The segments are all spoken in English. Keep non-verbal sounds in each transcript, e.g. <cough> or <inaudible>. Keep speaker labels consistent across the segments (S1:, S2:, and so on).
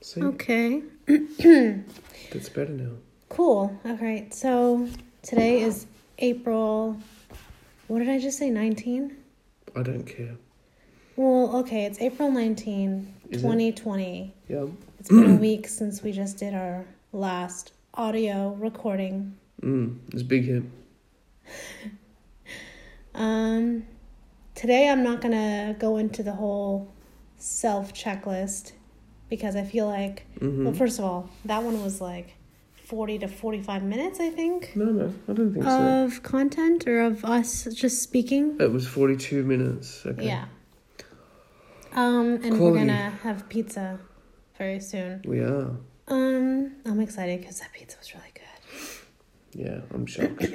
S1: See,
S2: Okay. <clears throat>
S1: that's better now.
S2: Cool. All right. So today is April. What did I just say? 19?
S1: I don't care.
S2: Well, okay. It's April 19,
S1: Is it?
S2: 2020.
S1: Yeah.
S2: It?
S1: <clears throat>
S2: has been a week since we just did our last audio recording.
S1: Mm, it's a big hit.
S2: Um, today I'm not going to go into the whole self checklist because I feel like,
S1: Mm-hmm.
S2: well, first of all, that one was like 40 to 45 minutes, I think,
S1: no, no, I don't think
S2: of content or of us just speaking.
S1: so. It was 42 minutes. Okay.
S2: Yeah. Um, and we're
S1: Quality.
S2: gonna have pizza very soon.
S1: We are.
S2: Um, I'm excited because that pizza was really good.
S1: Yeah, I'm shocked.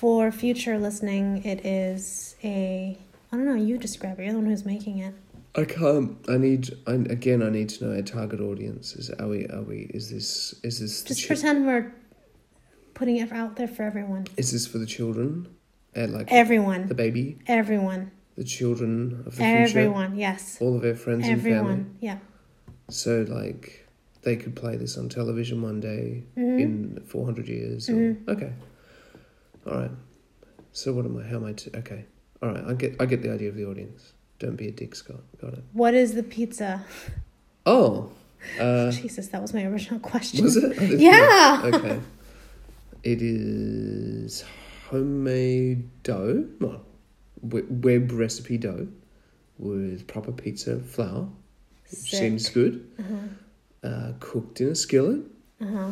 S2: For future listening, it is a I don't know. You describe it. You're the one who's making it.
S1: I can't. I need. I, again, I need to know our target audience. Is are we? Are we? Is this? Is this? The
S2: Just
S1: chi-
S2: pretend we're putting it out there for everyone.
S1: is this for the children? And like
S2: Everyone.
S1: the baby,
S2: Everyone.
S1: the children of the future,
S2: Everyone. Yes.
S1: all of our friends and family.
S2: Everyone. Yeah.
S1: So like, they could play this on television one day
S2: hmm
S1: in 400 years. Or,
S2: Mhm.
S1: Okay. All right. So what am I? How am I? To, okay. All right. I get. I get the idea of the audience. Don't be a dick, Scott. Got it.
S2: What is the pizza?
S1: Oh.
S2: <laughs>
S1: Uh,
S2: Jesus, that was my original question.
S1: was it? I didn't know.
S2: Yeah.
S1: okay. It is homemade dough, no, we- web recipe dough with proper pizza flour, which
S2: Sick.
S1: seems good.
S2: Uh-huh.
S1: Uh, cooked in a skillet
S2: Uh-huh.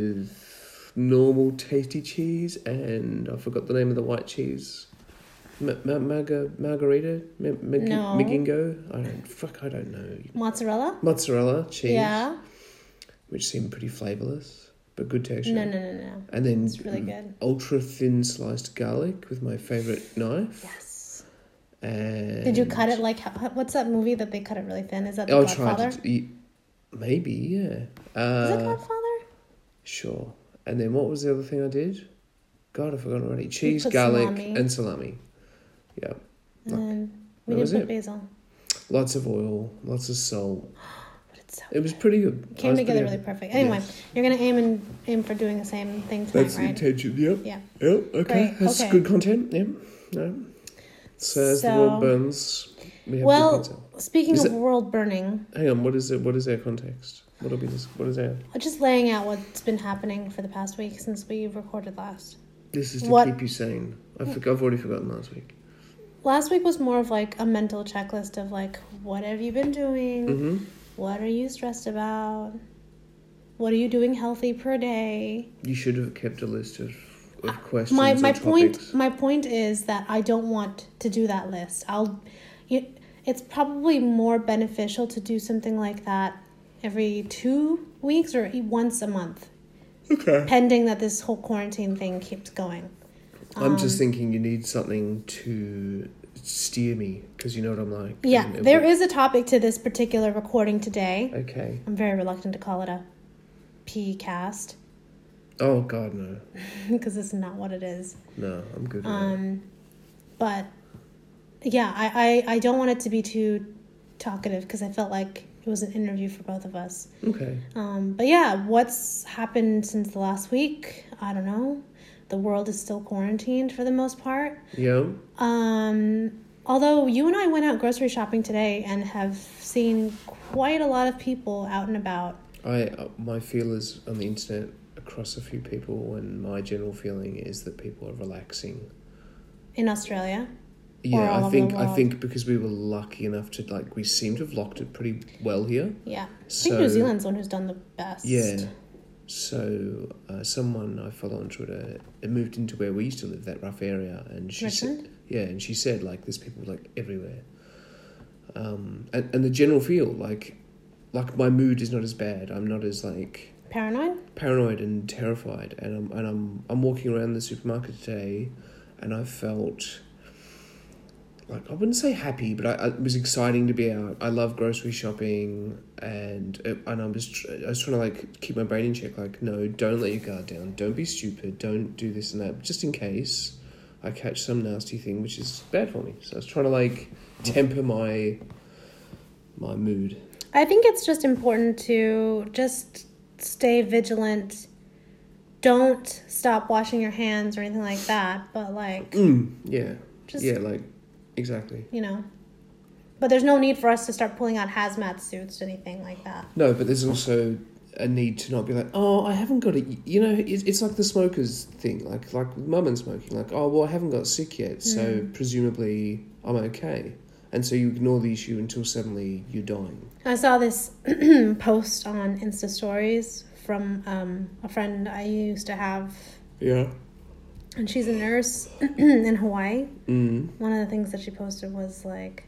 S1: with normal tasty cheese and I forgot the name of the white cheese. Ma- ma- marga- margarita? Ma- ma-
S2: No.
S1: Magingo? I don't, fuck, I don't know.
S2: Mozzarella.
S1: Mozzarella cheese,
S2: Yeah.
S1: which seemed pretty flavourless, but good texture.
S2: No, no, no, no.
S1: And then
S2: It's really good.
S1: ultra thin sliced garlic with my favorite knife.
S2: Yes.
S1: And
S2: Did you cut it like how, what's that movie that they cut it really thin? Is that The
S1: I
S2: Godfather?
S1: tried to. eat- Maybe yeah.
S2: Is it
S1: Uh,
S2: Godfather?
S1: sure. And then what was the other thing I did? God, I've forgotten already. Cheese,
S2: put
S1: garlic,
S2: salami.
S1: and salami. Yeah,
S2: And then we
S1: That was
S2: didn't put
S1: it.
S2: basil,
S1: lots of oil, lots of salt.
S2: but it's so
S1: It was pretty good.
S2: it
S1: I
S2: came
S1: was
S2: together
S1: pretty
S2: really perfect. Anyway, you're gonna aim and aim for doing the same thing tonight,
S1: That's the
S2: right?
S1: intention. Yep.
S2: Yeah.
S1: Yep. Okay.
S2: Great,
S1: That's
S2: okay.
S1: good content. Yep. No. So as the
S2: So-
S1: world burns, we have good
S2: Well-
S1: content.
S2: Speaking
S1: Is
S2: of world burning,
S1: Hang on, what is it? What is our context? What will be this? What is our?
S2: I'm just laying out what's been happening for the past week since we recorded last.
S1: This is to
S2: What- Mm.
S1: keep you sane. I forgot. I've already forgotten last week.
S2: Last week was more of like a mental checklist of like what have you been doing,
S1: Mm-hmm.
S2: what are you stressed about, what are you doing healthy per day.
S1: You should have kept a list of, of questions.
S2: my
S1: or
S2: my point
S1: topics.
S2: my point is that I don't want to do that list. I'll you, it's probably more beneficial to do something like that every 2 weeks or e- once a month
S1: Okay.
S2: pending that this whole quarantine thing keeps going.
S1: I'm
S2: Um,
S1: just thinking you need something to steer me because you know what I'm like.
S2: Yeah,
S1: and it
S2: there
S1: would-
S2: is a topic to this particular recording today.
S1: Okay.
S2: I'm very reluctant to call it a P cast <laughs>
S1: Oh God, no,
S2: because it's not what it is.
S1: no, I'm good. With that.
S2: Um, but yeah, I, I, I don't want it to be too talkative because I felt like it was an interview for both of us.
S1: Okay.
S2: Um, but yeah, what's happened since the last week? I don't know. The world is still quarantined for the most part.
S1: Yeah.
S2: Um, although you and I went out grocery shopping today and have seen quite a lot of people out and about.
S1: I uh, my feelers on the internet across a few people, and my general feeling is that people are relaxing.
S2: In Australia,
S1: Yeah,
S2: all
S1: I
S2: over
S1: think
S2: the
S1: I
S2: world.
S1: think because we were lucky enough to like we seem to have locked it pretty well here.
S2: yeah, I think
S1: So
S2: New Zealand's the one who's done the best.
S1: yeah, so uh, someone I follow on Twitter it moved into where we used to live, that rough area, and she
S2: Richmond?
S1: said, yeah, and she said like there's people like everywhere, um, and and the general feel like like my mood is not as bad. I'm not as like
S2: paranoid.
S1: paranoid and terrified and I'm and I'm I'm walking around the supermarket today and I felt like I wouldn't say happy but I, I it was exciting to be out I love grocery shopping and it, and I was tr- I was trying to like keep my brain in check like no don't let your guard down don't be stupid don't do this and that just in case I catch some nasty thing which is bad for me so I was trying to like temper my my mood
S2: I think it's just important to just stay vigilant. Don't stop washing your hands or anything like that, but like,
S1: Mm, yeah.
S2: Just-
S1: yeah, like, exactly.
S2: you know. But there's no need for us to start pulling out hazmat suits or anything like that.
S1: No, but there's also a need to not be like, oh, I haven't got it. You know, it's, it's like the smokers thing, like like with mum and smoking, like, oh, well, I haven't got sick yet, so
S2: Hmm.
S1: presumably I'm okay. And so you ignore the issue until suddenly you're dying.
S2: I saw this <clears throat> post on Insta Stories from um, a friend I used to have,
S1: Yeah.
S2: and she's a nurse <clears throat> in Hawaii.
S1: Mm.
S2: One of the things that she posted was like,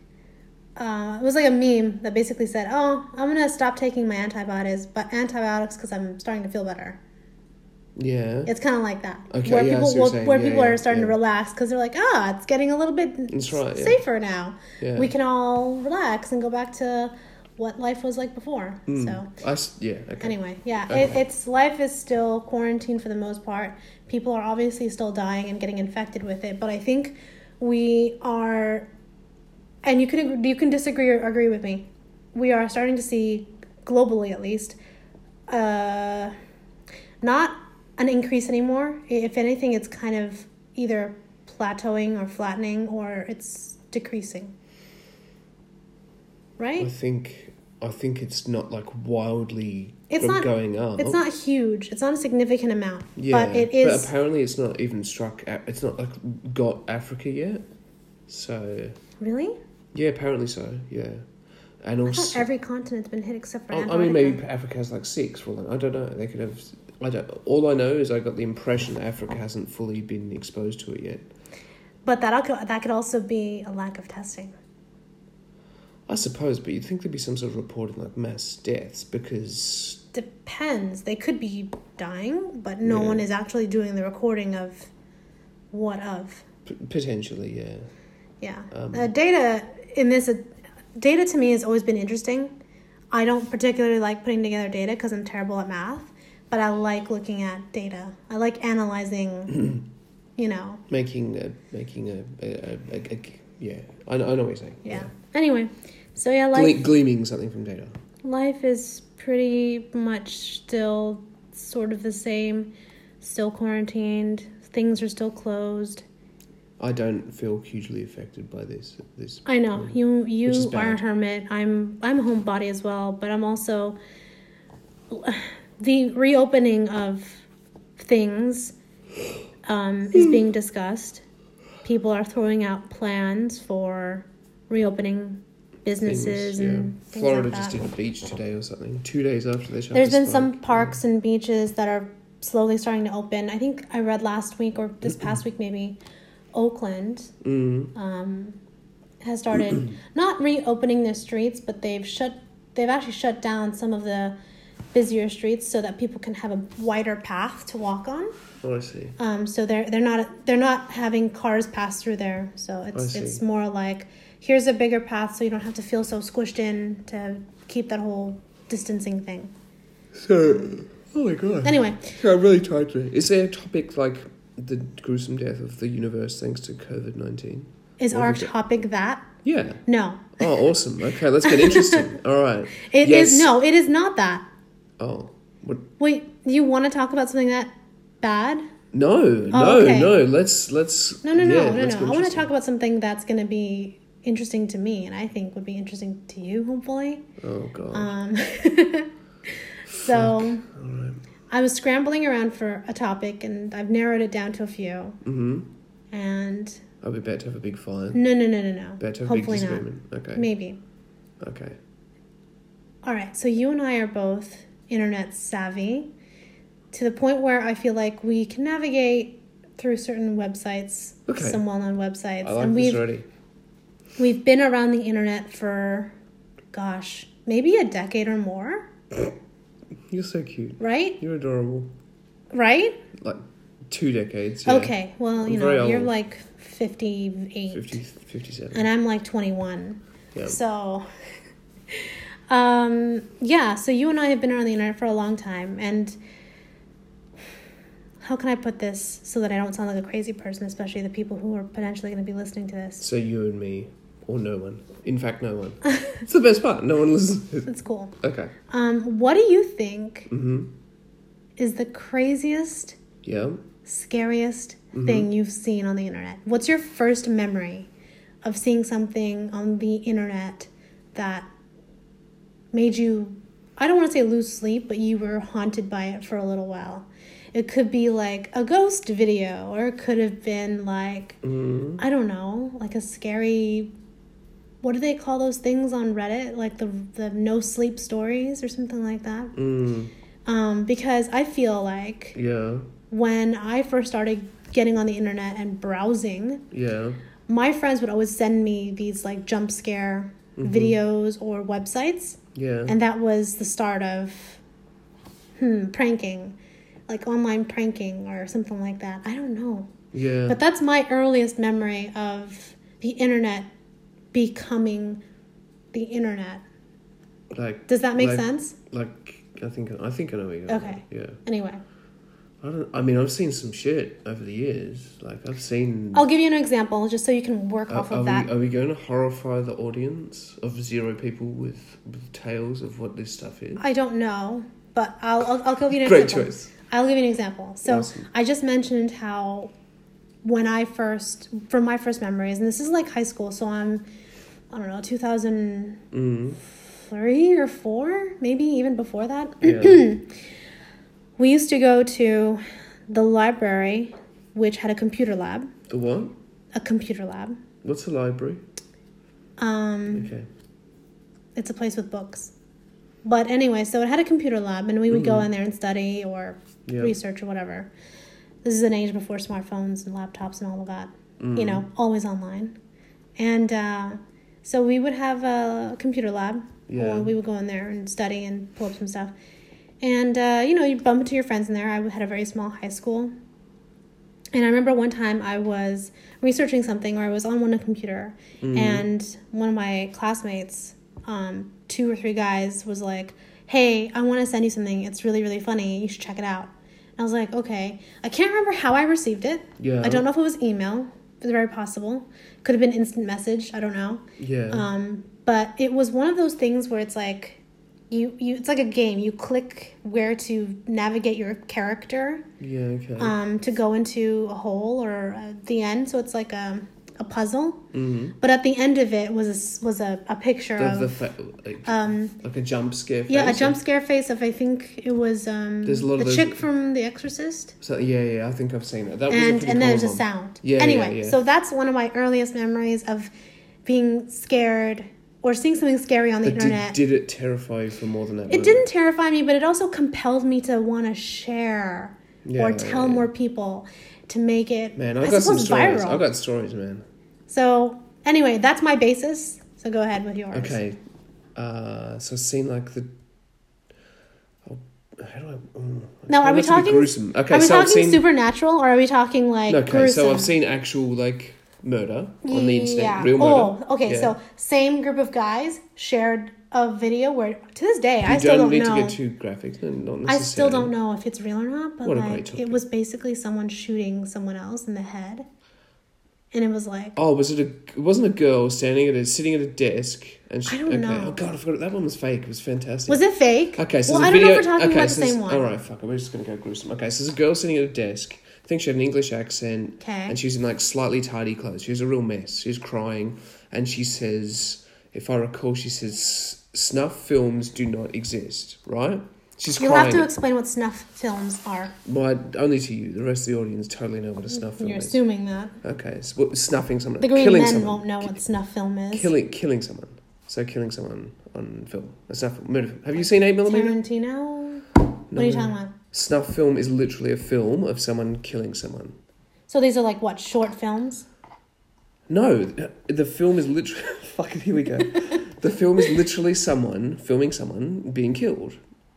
S2: uh, it was like a meme that basically said, "Oh, I'm gonna stop taking my antibiotics, but antibiotics because I'm starting to feel better."
S1: Yeah.
S2: It's kind of like that,
S1: Okay,
S2: where
S1: yeah, I
S2: people
S1: see what you're
S2: where,
S1: saying.
S2: where
S1: Yeah,
S2: people
S1: yeah,
S2: are starting to
S1: yeah.
S2: relax because they're like, "Ah, it's getting a little bit
S1: That's right, yeah.
S2: safer now.
S1: Yeah.
S2: We can all relax and go back to what life was like before."
S1: Hmm.
S2: So.
S1: Mm. I s- yeah, okay.
S2: Anyway, yeah, it,
S1: Okay.
S2: it's life is still quarantined for the most part. People are obviously still dying and getting infected with it, but I think we are, and you can ag- you can disagree or agree with me. We are starting to see globally, at least, uh, not an increase anymore. I- If anything, it's kind of either plateauing or flattening, or it's decreasing. Right?
S1: I think I think it's not like wildly
S2: It's
S1: go-
S2: not-
S1: going up.
S2: It's not huge. It's not a significant amount,
S1: Yeah,
S2: but it is.
S1: But apparently, it's not even struck. A- It's not like got Africa yet. So
S2: really,
S1: yeah, apparently so. Yeah, and
S2: I thought
S1: also
S2: every continent's been hit except for
S1: Oh, I,
S2: Antarctica.
S1: I mean, maybe Africa has like six. Well, I don't know. They could have. I don't. All I know is I got the impression that Africa hasn't fully been exposed to it yet.
S2: But that could that could also be a lack of testing.
S1: I suppose, but you'd think there'd be some sort of report in like mass deaths because
S2: Depends. They could be dying, but no
S1: Yeah.
S2: one is actually doing the recording of what of.
S1: p- potentially, yeah.
S2: Yeah.
S1: Um,
S2: uh, data in this, uh, data to me has always been interesting. I don't particularly like putting together data because I'm terrible at math, but I like looking at data. I like analyzing,
S1: <clears throat>
S2: you know.
S1: Making a making a, a, a, a- a- yeah. I, know- I know what you're saying.
S2: Yeah. Anyway, so yeah, life,
S1: Gle- gleaming something from data.
S2: life is pretty much still sort of the same, still quarantined, things are still closed.
S1: I don't feel hugely affected by this. This
S2: I know you
S1: Mm. Which is
S2: you are a
S1: bad.
S2: hermit. I'm I'm a homebody as well, but I'm also <sighs> the reopening of things um,
S1: Hmm.
S2: is being discussed. People are throwing out plans for reopening
S1: things,
S2: businesses and things
S1: Florida
S2: like that.
S1: just did a beach today or something. Two days after they shut.
S2: There's
S1: the
S2: been
S1: spike.
S2: some parks and beaches that are slowly starting to open. I think I read last week or this past week maybe, Oakland
S1: Mm.
S2: um, has started <clears throat> not reopening their streets, but they've shut they've actually shut down some of the busier streets so that people can have a wider path to walk on.
S1: Oh, I see.
S2: Um, so they're they're not they're not having cars pass through there. So it's
S1: see.
S2: it's more like here's a bigger path so you don't have to feel so squished in to keep that whole distancing thing.
S1: So, oh my god.
S2: Anyway,
S1: I'm really tired today. Is there a topic like the gruesome death of the universe thanks to COVID nineteen?
S2: is
S1: What
S2: our
S1: was it?
S2: topic that?
S1: Yeah.
S2: No.
S1: Oh, awesome. Okay, let's get
S2: <laughs>
S1: interesting. All right.
S2: it is
S1: Yes.
S2: no, it is not that.
S1: Oh, what?
S2: Wait, you want to talk about something that bad?
S1: No, no,
S2: Oh, okay.
S1: no. Let's let's.
S2: No, no,
S1: yeah,
S2: no, no,
S1: let's get
S2: no. I want to
S1: interesting.
S2: talk about something that's going to be interesting to me, and I think would be interesting to you, hopefully.
S1: Oh god.
S2: Um, <laughs> so, I was scrambling around for a topic, and I've narrowed it down to a few.
S1: mm-hmm.
S2: And
S1: I'll be better to have a big fire.
S2: no, no, no, no, no.
S1: Better to have a big
S2: Hopefully not.
S1: disagreement. Okay.
S2: Maybe.
S1: Okay.
S2: All right. So you and I are both internet savvy, to the point where I feel like we can navigate through certain websites,
S1: Okay.
S2: some well-known websites,
S1: I like
S2: and we've
S1: this already.
S2: We've been around the internet for, gosh, maybe a decade or more,
S1: You're so cute.
S2: right?
S1: You're adorable.
S2: Right?
S1: Like two decades. Yeah.
S2: Okay. Well, you
S1: I'm
S2: know,
S1: very
S2: you're
S1: old.
S2: like 58,
S1: 50, 57.
S2: and I'm like 21.
S1: Yeah.
S2: So, um, yeah, so you and I have been around the internet for a long time, and how can I put this so that I don't sound like a crazy person, especially the people who are potentially going to be listening to this?
S1: So you and me. or no one. In fact, no
S2: <laughs>
S1: one. it's the best part. No one listens.
S2: It's cool.
S1: Okay.
S2: Um, what do you think
S1: Mm-hmm.
S2: is the craziest,
S1: Yeah.
S2: scariest thing you've seen on the internet? What's your first memory of seeing something on the internet that made you, I don't want to say lose sleep, but you were haunted by it for a little while? It could be like a ghost video, or it could have been like
S1: Mm.
S2: I don't know, like a scary. What do they call those things on Reddit? Like the the no sleep stories or something like that.
S1: Mm.
S2: Um, because I feel like
S1: Yeah.
S2: when I first started getting on the internet and browsing,
S1: Yeah.
S2: my friends would always send me these like jump scare
S1: Mm-hmm.
S2: videos or websites,
S1: Yeah.
S2: and that was the start of hmm pranking, like online pranking or something like that. I don't know.
S1: yeah.
S2: But that's my earliest memory of the internet becoming the internet.
S1: like.
S2: Does that make
S1: like-
S2: sense?
S1: Like I think I think I know what you're.
S2: Okay.
S1: Yeah.
S2: Anyway,
S1: I don't. I mean, I've seen some shit over the years. Like I've seen.
S2: I'll give you an example just so you can work
S1: Are,
S2: off
S1: Uh, are
S2: of
S1: we
S2: that.
S1: are we going to horrify the audience of zero people with, with tales of what this stuff is?
S2: I don't know, but I'll, I'll, I'll give you an
S1: Great
S2: example.
S1: choice.
S2: I'll give you an example. So
S1: Awesome.
S2: I just mentioned how when I first, from my first memories, and this is like high school, so I'm, I don't know, 2003
S1: Mm.
S2: or 4, maybe even before that. <clears throat>
S1: Yeah.
S2: We used to go to the library, which had a computer lab.
S1: the what?
S2: A computer lab.
S1: What's a library?
S2: Um,
S1: Okay.
S2: it's a place with books. But anyway, so it had a computer lab, and we would
S1: Mm-hmm.
S2: go in there and study or
S1: Yeah.
S2: research or whatever. This is an age before smartphones and laptops and all of that.
S1: Mm.
S2: You know, always online. And uh, so we would have a computer lab,
S1: Yeah.
S2: or we would go in there and study and pull up some stuff. And uh, you know, you bump into your friends in there. I had a very small high school, and I remember one time I was researching something, or I was on one computer, and one of my classmates, um, two or three guys, was like, "Hey, I want to send you something. It's really, really funny. You should check it out." And I was like, "Okay." I can't remember how I received it.
S1: Yeah.
S2: I don't know if it was email. It's very possible. Could have been instant message. I don't know.
S1: Yeah.
S2: Um, but it was one of those things where it's like you you it's like a game. You click where to navigate your character
S1: yeah. Okay.
S2: um, to go into a hole or uh, the end. So it's like a a puzzle.
S1: mm.
S2: But at the end of it was a, s- was a, a picture
S1: The,
S2: of
S1: the fa- like,
S2: um,
S1: like a jump scare. Face
S2: yeah a jump scare face of I think it was um,
S1: There's a lot of
S2: the
S1: those-
S2: chick from The Exorcist.
S1: So yeah, yeah. I think I've seen that. That was a
S2: and
S1: pretty
S2: and then there's a
S1: common one.
S2: sound.
S1: Yeah, yeah,
S2: anyway,
S1: yeah.
S2: so that's one of my earliest memories of being scared or seeing something scary on the
S1: But
S2: internet.
S1: did, did it terrify you for more than that?
S2: it didn't terrify me, but it also compelled me to want to share
S1: Yeah,
S2: or tell
S1: yeah.
S2: more people to make it.
S1: Man, I, got some
S2: suppose,
S1: stories. I got stories, man.
S2: So anyway, that's my basis. So go ahead with yours.
S1: Okay. Uh, so I've seen like the. Oh, how do I? mm. Well,
S2: Now, Oh, are
S1: that's a
S2: we
S1: bit
S2: talking-
S1: gruesome? Okay,
S2: are we
S1: so I've
S2: talking
S1: seen.
S2: supernatural or are we talking like
S1: okay,
S2: gruesome?
S1: so I've seen actual like murder on the internet,
S2: Yeah.
S1: real murder.
S2: Oh, okay.
S1: Yeah.
S2: So same group of guys shared a video where to this day I
S1: you
S2: still don't
S1: need
S2: know.
S1: to get too graphic. then, Not
S2: I
S1: necessarily.
S2: still don't know if it's real or not, but
S1: What a great
S2: like
S1: topic.
S2: it was basically someone shooting someone else in the head, and it was like
S1: Oh, was it a? It wasn't a girl standing at a sitting at a desk and she.
S2: I don't
S1: okay.
S2: know.
S1: Oh god, I forgot that one was fake. It was fantastic.
S2: was it fake?
S1: Okay, so
S2: well,
S1: the
S2: I don't
S1: video.
S2: know if we're talking
S1: okay,
S2: about
S1: so
S2: the
S1: this-
S2: same one.
S1: All right, fuck. it, We're just gonna go gruesome. Okay, so there's a girl sitting at a desk. I think she had an English accent.
S2: Okay.
S1: And she's in like slightly tidy clothes. She was a real mess. She was crying, and she says, if I recall, she says, "Snuff films do not exist." Right? She's
S2: You'll
S1: crying.
S2: have to explain what snuff films are.
S1: My only to you. The rest of the audience totally know what a snuff film
S2: You're
S1: is.
S2: assuming that
S1: Okay, so what- snuffing someone,
S2: the green
S1: killing
S2: men
S1: someone,
S2: won't know what snuff film is.
S1: killing killing someone. So killing someone on film, a snuff film, murder film. Have you seen Eight Millimeter?
S2: Tarantino. What are you talking about?
S1: Snuff film is literally a film of someone killing someone.
S2: So these are like what short films?
S1: No, th- the film is literally. <laughs> Fuck it, here we go. the film is literally someone filming someone being killed.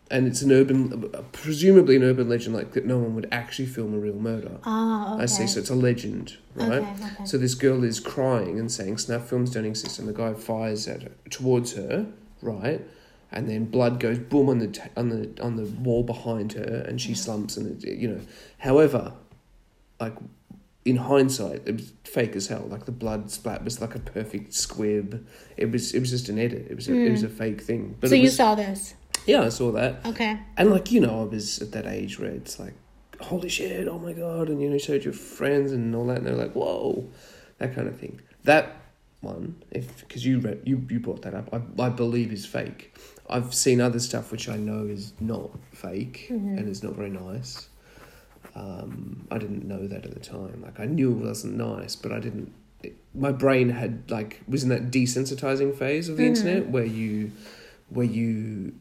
S1: And it's an urban, presumably an urban legend, like that no one would actually film a real murder.
S2: Ah, okay.
S1: I see, so it's a legend, right?
S2: Okay, okay.
S1: So this girl is crying and saying snuff films don't exist, and the guy fires at her, towards her, right? And then blood goes boom on the t- on the on the wall behind her, and she slumps, and it, you know. However, like in hindsight, it was fake as hell. Like the blood splat was like a perfect squib. It was it was just an edit. It was a, it was a fake thing. But
S2: Hmm. so
S1: it
S2: you
S1: was,
S2: saw this.
S1: yeah, I saw that,
S2: Okay.
S1: and like you know, I was at that age where it's like, holy shit, oh my god, and you know, you showed your friends and all that, and they're like, whoa, that kind of thing. That one, if because you re- you you brought that up, I I believe is fake. I've seen other stuff which I know is not fake and it's not very nice. Um, I didn't know that at the time. Like I knew it wasn't nice, but I didn't. It, my brain had like was in that desensitizing phase of the
S2: Mm-hmm.
S1: internet where you, where you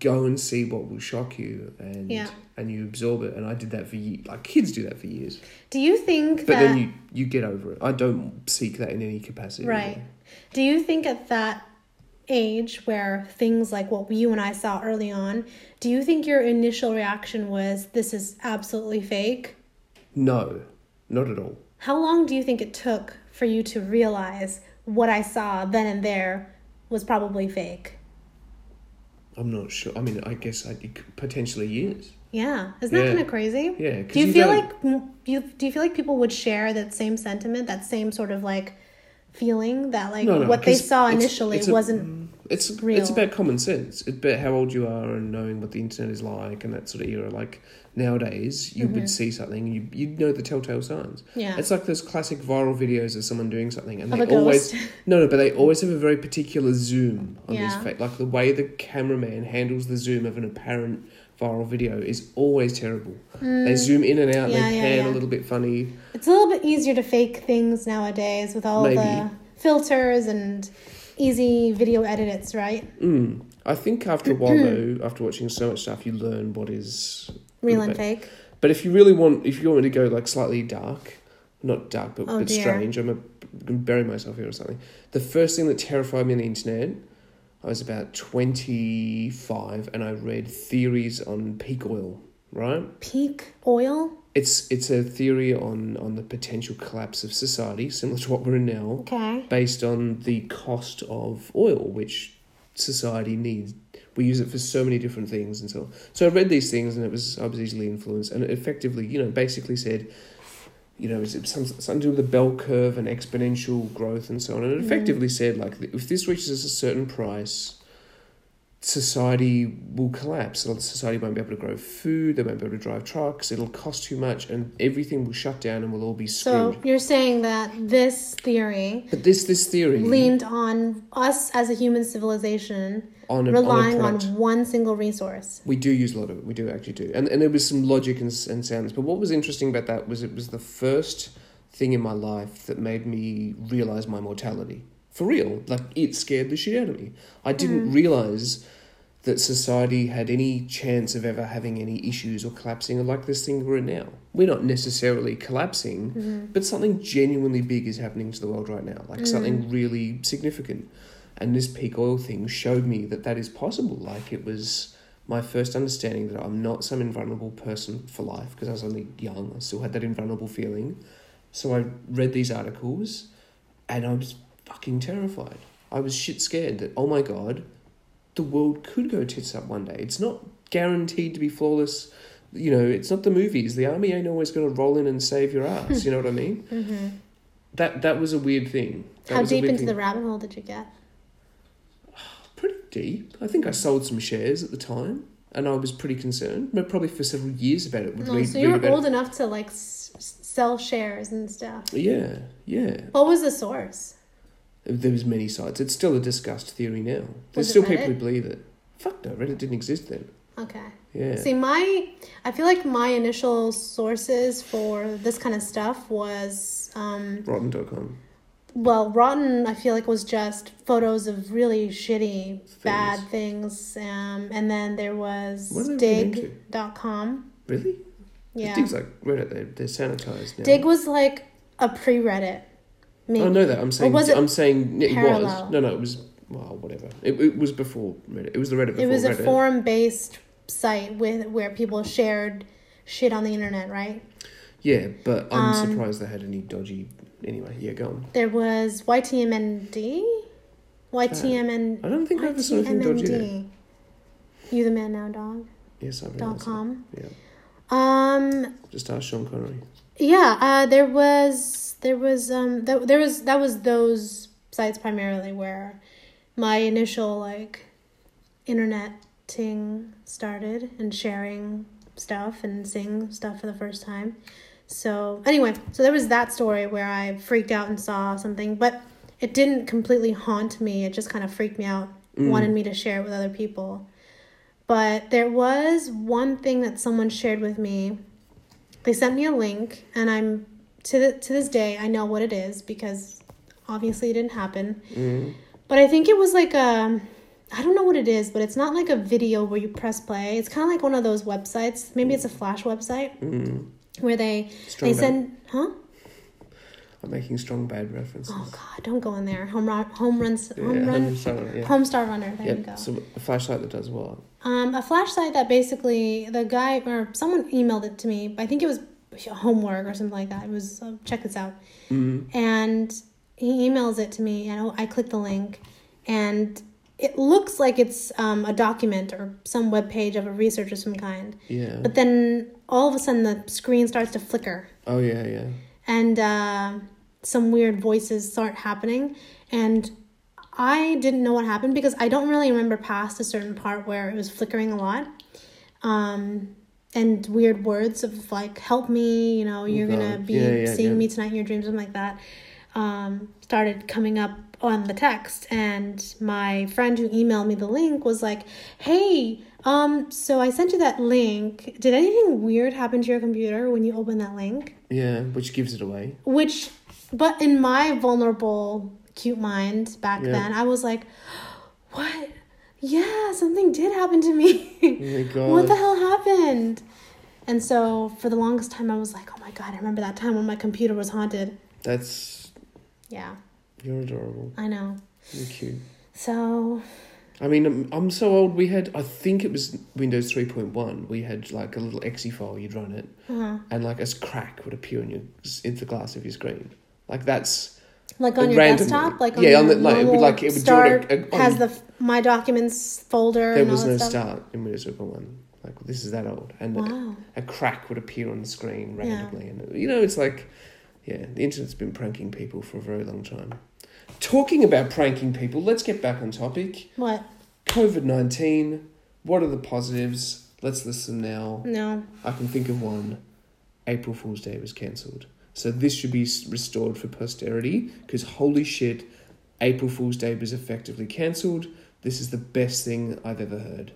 S1: go and see what will shock you and
S2: Yeah.
S1: and you absorb it. And I did that for ye Like kids do that for years,
S2: Do you think
S1: but
S2: that
S1: then you you get over it. I don't seek that in any capacity.
S2: <laughs> Right. Do you think at that age where things like what you and I saw early on, do you think your initial reaction was this is absolutely fake?
S1: No, not at all.
S2: How long do you think it took for you to realize what I saw then and there was probably fake?
S1: I'm not sure. I mean, I guess I it could- potentially years.
S2: Yeah, isn't that
S1: Yeah.
S2: kind of crazy?
S1: Yeah, 'cause
S2: Do you,
S1: you
S2: feel
S1: don't-
S2: like mm, do you do you feel like people would share that same sentiment, that same sort of like feeling that like
S1: No, no,
S2: what they
S1: 'cause
S2: saw
S1: it's-
S2: initially
S1: it's a- mm,
S2: wasn't
S1: It's
S2: real.
S1: it's about common sense. It's about how old you are and knowing what the internet is like and that sort of era. Like nowadays, you would see something, and you you'd know the telltale signs.
S2: Mm-hmm. Yeah.
S1: it's like those classic viral videos of someone doing something, and
S2: Of
S1: they
S2: a
S1: always
S2: ghost.
S1: no no, but they always have a very particular zoom on these
S2: Yeah.
S1: fa- like the way the cameraman handles the zoom of an apparent viral video is always terrible. They zoom in and out,
S2: Mm. Yeah,
S1: they
S2: yeah,
S1: pan
S2: yeah.
S1: a little bit funny.
S2: <laughs> It's a little bit easier to fake things nowadays with all the
S1: Maybe.
S2: filters and easy video edits, right?
S1: Mm. I think after a while though, after watching so much stuff, you learn what is
S2: Real
S1: good
S2: and
S1: about-
S2: fake.
S1: But if you really want, if you want me to go like slightly dark, not dark but,
S2: Oh,
S1: but
S2: dear.
S1: strange, I'm gonna bury myself here or something. The first thing that terrified me on the internet, I was about twenty five, and I read theories on peak oil. Right,
S2: Peak oil.
S1: it's it's a theory on on the potential collapse of society, similar to what we're in now,
S2: Okay.
S1: based on the cost of oil, which society needs. We use it for so many different things and so on. So I read these things and it was I was easily influenced and it effectively, you know, basically said, you know, it's it's some, something to do with the bell curve and exponential growth and so on. And it effectively said like if this reaches a certain price, society will collapse. So society won't be able to grow food, they won't be able to drive trucks, it'll cost too much and everything will shut down and we'll all be
S2: So
S1: screwed.
S2: you're saying that this theory
S1: but this this theory
S2: leaned on us as a human civilization
S1: on a, on a
S2: relying on
S1: product.
S2: one single resource.
S1: We do use a lot of it. We do actually do, and and there was some logic and, s- and sounds. But what was interesting about that was it was the first thing in my life that made me realize my mortality for real. Like it scared the shit out of me. I didn't realize that society had any chance of ever having any issues or collapsing like this thing we're in now. We're not necessarily collapsing, but something genuinely big is happening to the world right now, like something really significant. And this peak oil thing showed me that that is possible. Like it was my first understanding that I'm not some invulnerable person for life because I was only young. I still had that invulnerable feeling. So I read these articles and I was fucking terrified. I was shit scared that, oh my god, the world could go tits up one day. It's not guaranteed to be flawless. You know, it's not the movies. The army ain't always going to roll in and save your ass. you know what I mean?
S2: <laughs> Mm-hmm.
S1: That that was a weird thing. That
S2: How
S1: was a
S2: deep
S1: weird
S2: into
S1: thing.
S2: the rabbit hole did you get?
S1: pretty deep. I think I sold some shares at the time, and I was pretty concerned. But probably for several years about it. Would
S2: No,
S1: read,
S2: Oh, so
S1: read
S2: you were
S1: about
S2: old enough to like s- s- sell shares and stuff.
S1: It. Yeah, yeah.
S2: What was the source?
S1: There was many sites. It's still a discussed theory now. There's
S2: Was it
S1: still people who
S2: Reddit?
S1: believe it. Fuck no, Reddit didn't exist then.
S2: Okay.
S1: Yeah.
S2: See, my I feel like my initial sources for this kind of stuff was um,
S1: Rotten.com.
S2: well, Rotten. I feel like was just photos of really shitty, bad things, um, and then there
S1: What
S2: was
S1: are they really into?
S2: Dig.com.
S1: Really?
S2: Yeah,
S1: Dig's like Reddit. They're, they're sanitized now. Oh,
S2: Dig was like a pre-Reddit. Maybe.
S1: I know that. I'm saying.
S2: was it
S1: I'm saying it
S2: parallel?
S1: was. No, no, it was. Well, whatever. It, it was before Reddit. It was the Reddit before
S2: it was a
S1: Reddit.
S2: forum-based site with where people shared shit on the internet, right?
S1: yeah, but I'm
S2: Um,
S1: surprised they had any dodgy. Anyway, yeah, go on.
S2: There was YTMND, YTMN.
S1: I don't think I ever saw anything dodgy. there.
S2: YTMND. You the man now, dog.
S1: Yes, I read
S2: Dot
S1: that.
S2: com.
S1: Yeah,
S2: Um,
S1: just ask Sean Connery.
S2: Yeah, uh, there was there was um that there was that was those sites primarily where my initial like interneting started and sharing stuff and seeing stuff for the first time. So anyway, so there was that story where I freaked out and saw something, but it didn't completely haunt me. It just kind of freaked me out, wanted me to share it with other people. But there was one thing that someone shared with me. They sent me a link, and I'm to the, to this day I know what it is because obviously it didn't happen.
S1: Mm,
S2: But I think it was like a I don't know what it is, but it's not like a video where you press play. It's kind of like one of those websites. Maybe it's a Flash website where they
S1: mm. Strong
S2: they
S1: bad.
S2: send huh.
S1: I'm making strong bad references.
S2: Oh God! Don't go in there. Home run, home runs, home
S1: yeah,
S2: run,
S1: 100%, yeah.
S2: home star runner. There you go.
S1: Yep. So a flashlight that does what?
S2: Um, a flashlight that basically the guy or someone emailed it to me. I think it was homework or something like that. It was uh, check this out, and he emails it to me, and I click the link, and it looks like it's um, a document or some web page of a research of some kind.
S1: Yeah.
S2: But then all of a sudden the screen starts to flicker,
S1: Oh yeah, yeah.
S2: and uh, some weird voices start happening and i didn't know what happened because i don't really remember past a certain part where it was flickering a lot um, and weird words of like help me you know you're gonna
S1: Oh, God.
S2: be
S1: Yeah, yeah,
S2: seeing
S1: yeah.
S2: me tonight in your dreams something like that um, started coming up on the text and my friend who emailed me the link was like hey um, so i sent you that link did anything weird happen to your computer when you opened that link
S1: Yeah, which gives it away.
S2: which but in my vulnerable cute mind back
S1: Yeah.
S2: then i was like what yeah something did happen to me <laughs>
S1: Oh my god.
S2: what the hell happened and so for the longest time i was like oh my god i remember that time when my computer was haunted
S1: That's
S2: yeah
S1: you're adorable.
S2: i know
S1: You're cute.
S2: so
S1: I mean, I'm, I'm so old. We had, I think it was Windows 3.1. We had like a little exe file. You'd run it,
S2: uh,
S1: and like a crack would appear in your in the glass of your screen. Like that's
S2: like on your
S1: Randomly.
S2: desktop like on
S1: Yeah,
S2: your
S1: on the- like, it would,
S2: normal
S1: like, it would do
S2: start
S1: it, like, on-
S2: has the f- my documents folder
S1: there
S2: and
S1: was
S2: all that
S1: no
S2: stuff
S1: start in Windows 3.1. Like this is that old, and
S2: wow
S1: a, a crack would appear on the screen
S2: Yeah.
S1: randomly, and you know it's like, yeah, the internet's been pranking people for a very long time. Talking about pranking people, let's get back on topic.
S2: what
S1: COVID nineteen. What are the positives? Let's listen now.
S2: no
S1: I can think of one. April Fool's Day was cancelled. So this should be s- restored for posterity because holy shit, April Fool's Day was effectively cancelled. This is the best thing I've ever heard.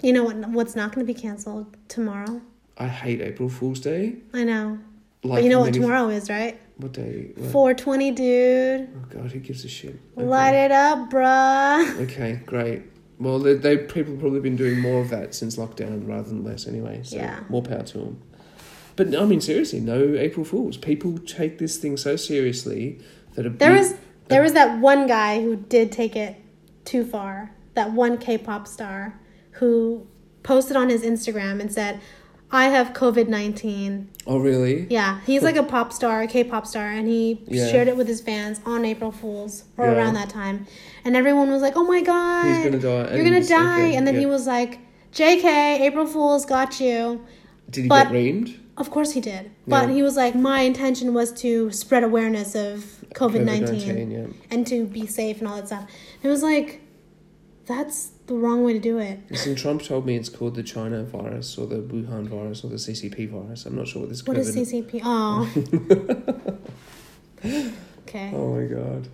S2: you know what what's not going to be canceled tomorrow
S1: I hate April Fool's Day.
S2: i know
S1: Like
S2: But you know what
S1: many-
S2: tomorrow is, right?
S1: What day? What?
S2: 420, dude.
S1: Oh god, who gives a shit? Okay.
S2: Light it up, bruh.
S1: Okay, great. Well, they, they people have probably been doing more of that since lockdown rather than less anyway. So
S2: Yeah.
S1: more power to them. But I mean, seriously, no April Fools. People take this thing so seriously that a
S2: There
S1: big-
S2: was there was that one guy who did take it too far. That one K-pop star who posted on his Instagram and said, "I have COVID-19."
S1: Oh really?
S2: Yeah, he's like a pop star, a K-pop star, and he
S1: Yeah.
S2: shared it with his fans on April Fools or
S1: Yeah.
S2: around that time, and everyone was like, "Oh my god,
S1: He's gonna die.
S2: You're gonna
S1: And-
S2: die!"
S1: okay,
S2: and then he
S1: yeah.
S2: was like, "JK, April Fools got you."
S1: Did he
S2: But-
S1: get reamed?
S2: Of course he did. But
S1: Yeah.
S2: he was like, my intention was to spread awareness of COVID 19
S1: COVID-19,
S2: and to be safe and all that stuff. And it was like, that's the wrong way to do it.
S1: Listen, Trump told me it's called the China virus or the Wuhan virus or the CCP virus. I'm not sure what this
S2: What
S1: COVID
S2: is CCP?
S1: <laughs>
S2: Oh. okay.
S1: Oh my god.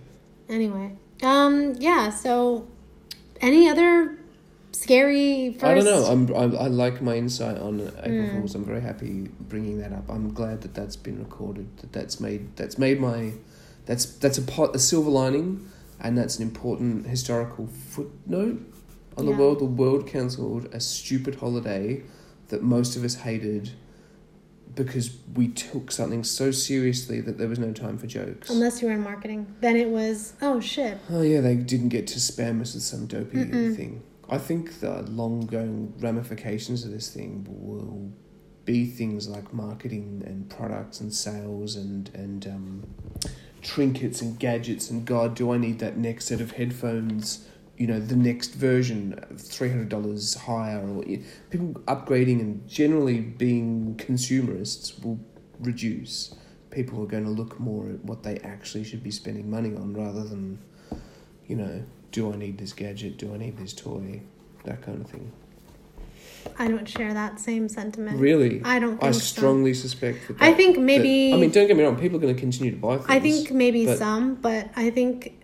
S2: Anyway. Um, yeah, so any other scary first? Hmm.
S1: I don't know. I'm, I'm I like my insight on April Fools. I'm very happy bringing that up. I'm glad that that's been recorded. That that's made that's made my that's that's a pot, a silver lining, and that's an important historical footnote on
S2: Yeah.
S1: the world. The world cancelled a stupid holiday that most of us hated because we took something so seriously that there was no time for jokes.
S2: Unless you were in marketing. Then it was, oh shit.
S1: Oh yeah, they didn't get to spam us with some dopey thing. I think the long going ramifications of this thing will be things like marketing and products and sales and and um, trinkets and gadgets and God, do I need that next set of headphones? You know, the next version, three hundred dollars higher, or people upgrading and generally being consumerists will reduce, people are going to look more at what they actually should be spending money on rather than, you know, do I need this gadget? Do I need this toy? That kind of thing.
S2: I don't share that same sentiment.
S1: Really,
S2: I don't
S1: I
S2: think so.
S1: strongly suspect that.
S2: I
S1: that-
S2: think
S1: that-
S2: maybe-
S1: I mean, don't get me wrong. People are going to continue to buy things.
S2: I think maybe
S1: but-
S2: some, but I think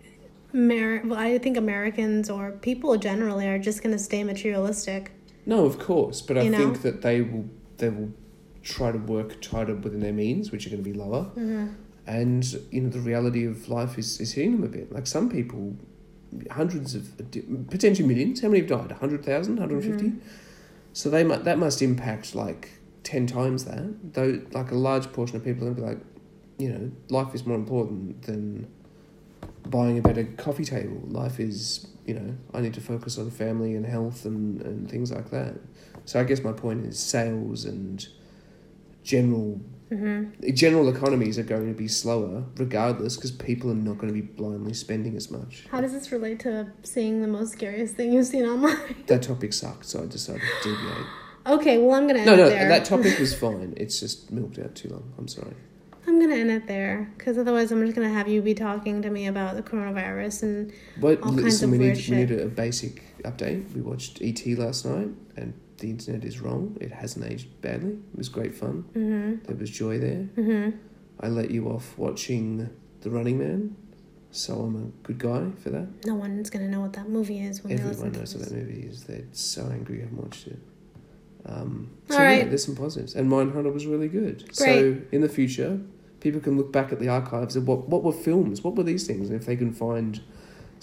S2: Mer- well, I think Americans or people generally are just going to stay materialistic.
S1: No, of course, but I
S2: You know?
S1: think that they will they will try to work tighter within their means, which are going to be lower. And you know, the reality of life is is hitting them a bit. Like some people, hundreds of potentially millions. How many have died? 100,000, 150? So they might that must impact like ten times that. Though, like a large portion of people are going to be like, you know, life is more important than buying a better coffee table. Life is, you know, I need to focus on family and health and, and things like that. So I guess my point is sales and general
S2: Mm-hmm.
S1: general economies are going to be slower regardless because people are not going to be blindly spending as much.
S2: How does this relate to seeing the most scariest thing you've seen online? <laughs>
S1: That topic sucked, so I decided to deviate.
S2: okay, well I'm gonna end
S1: No,
S2: it
S1: no,
S2: there.
S1: that topic was fine. It's just milked out too long. I'm sorry.
S2: <laughs> I'm gonna end it there because otherwise I'm just gonna have you be talking to me about the coronavirus and
S1: But
S2: All
S1: listen,
S2: kinds of
S1: we
S2: weird
S1: need we need
S2: shit.
S1: a, a basic update. We watched ET last night, and the internet is wrong. It hasn't aged badly. It was great fun.
S2: mm-hmm,
S1: There was joy there.
S2: mm-hmm.
S1: I let you off watching The Running Man, so I'm a good guy for that.
S2: no one's gonna know what that movie is when they
S1: Everyone
S2: listen
S1: knows
S2: to
S1: what
S2: this.
S1: that movie is. They're so angry you haven't watched it. Um, so
S2: All
S1: yeah,
S2: right.
S1: there's some positives, and Mindhunter was really good. So
S2: Great.
S1: in the future, people can look back at the archives of what what were films, what were these things, and if they can find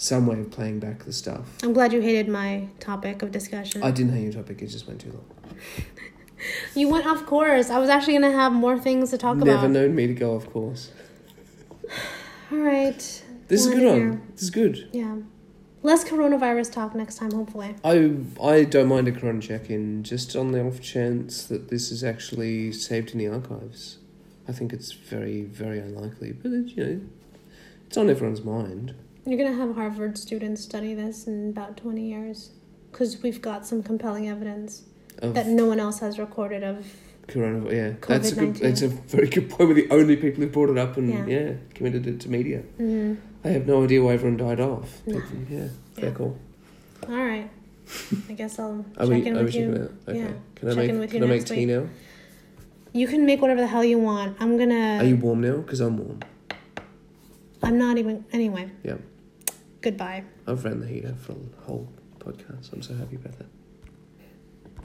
S1: some way of playing back the stuff.
S2: I'm glad you hated my topic of discussion.
S1: I didn't hang your topic, it just went too long.
S2: you went off course. I was actually gonna have more things to talk
S1: Never
S2: about.
S1: known me to go off course.
S2: All right.
S1: This is
S2: Well,
S1: a good
S2: yeah.
S1: one. This is good.
S2: Yeah. Less coronavirus talk next time, hopefully.
S1: I I don't mind a Corona check in just on the off chance that this is actually saved in the archives. I think it's very, very unlikely, but it, you know, it's on everyone's mind.
S2: You're going to have Harvard students study this in about 20 years because we've got some compelling evidence
S1: Of
S2: that no one else has recorded of.
S1: Corona, yeah, that's a good.
S2: COVID-19.
S1: That's a very good point. We're the only people who brought it up and
S2: Yeah.
S1: yeah, committed it to media.
S2: Mm.
S1: I have no idea why everyone died off. But,
S2: No.
S1: yeah,
S2: Yeah.
S1: fair call.
S2: All right. I guess I'll
S1: <laughs> Are
S2: check
S1: we?
S2: in
S1: are we
S2: with you.
S1: checking out? Okay.
S2: Yeah.
S1: Can I
S2: Check
S1: make?
S2: in with you
S1: Can I make
S2: next
S1: tea
S2: week.
S1: now?
S2: You can make whatever the hell you want. I'm going
S1: Are you
S2: to.
S1: warm now? Because I'm warm.
S2: I'm not even. Anyway,
S1: Yeah.
S2: goodbye.
S1: I've ran the heater for the whole podcast. I'm so happy about that.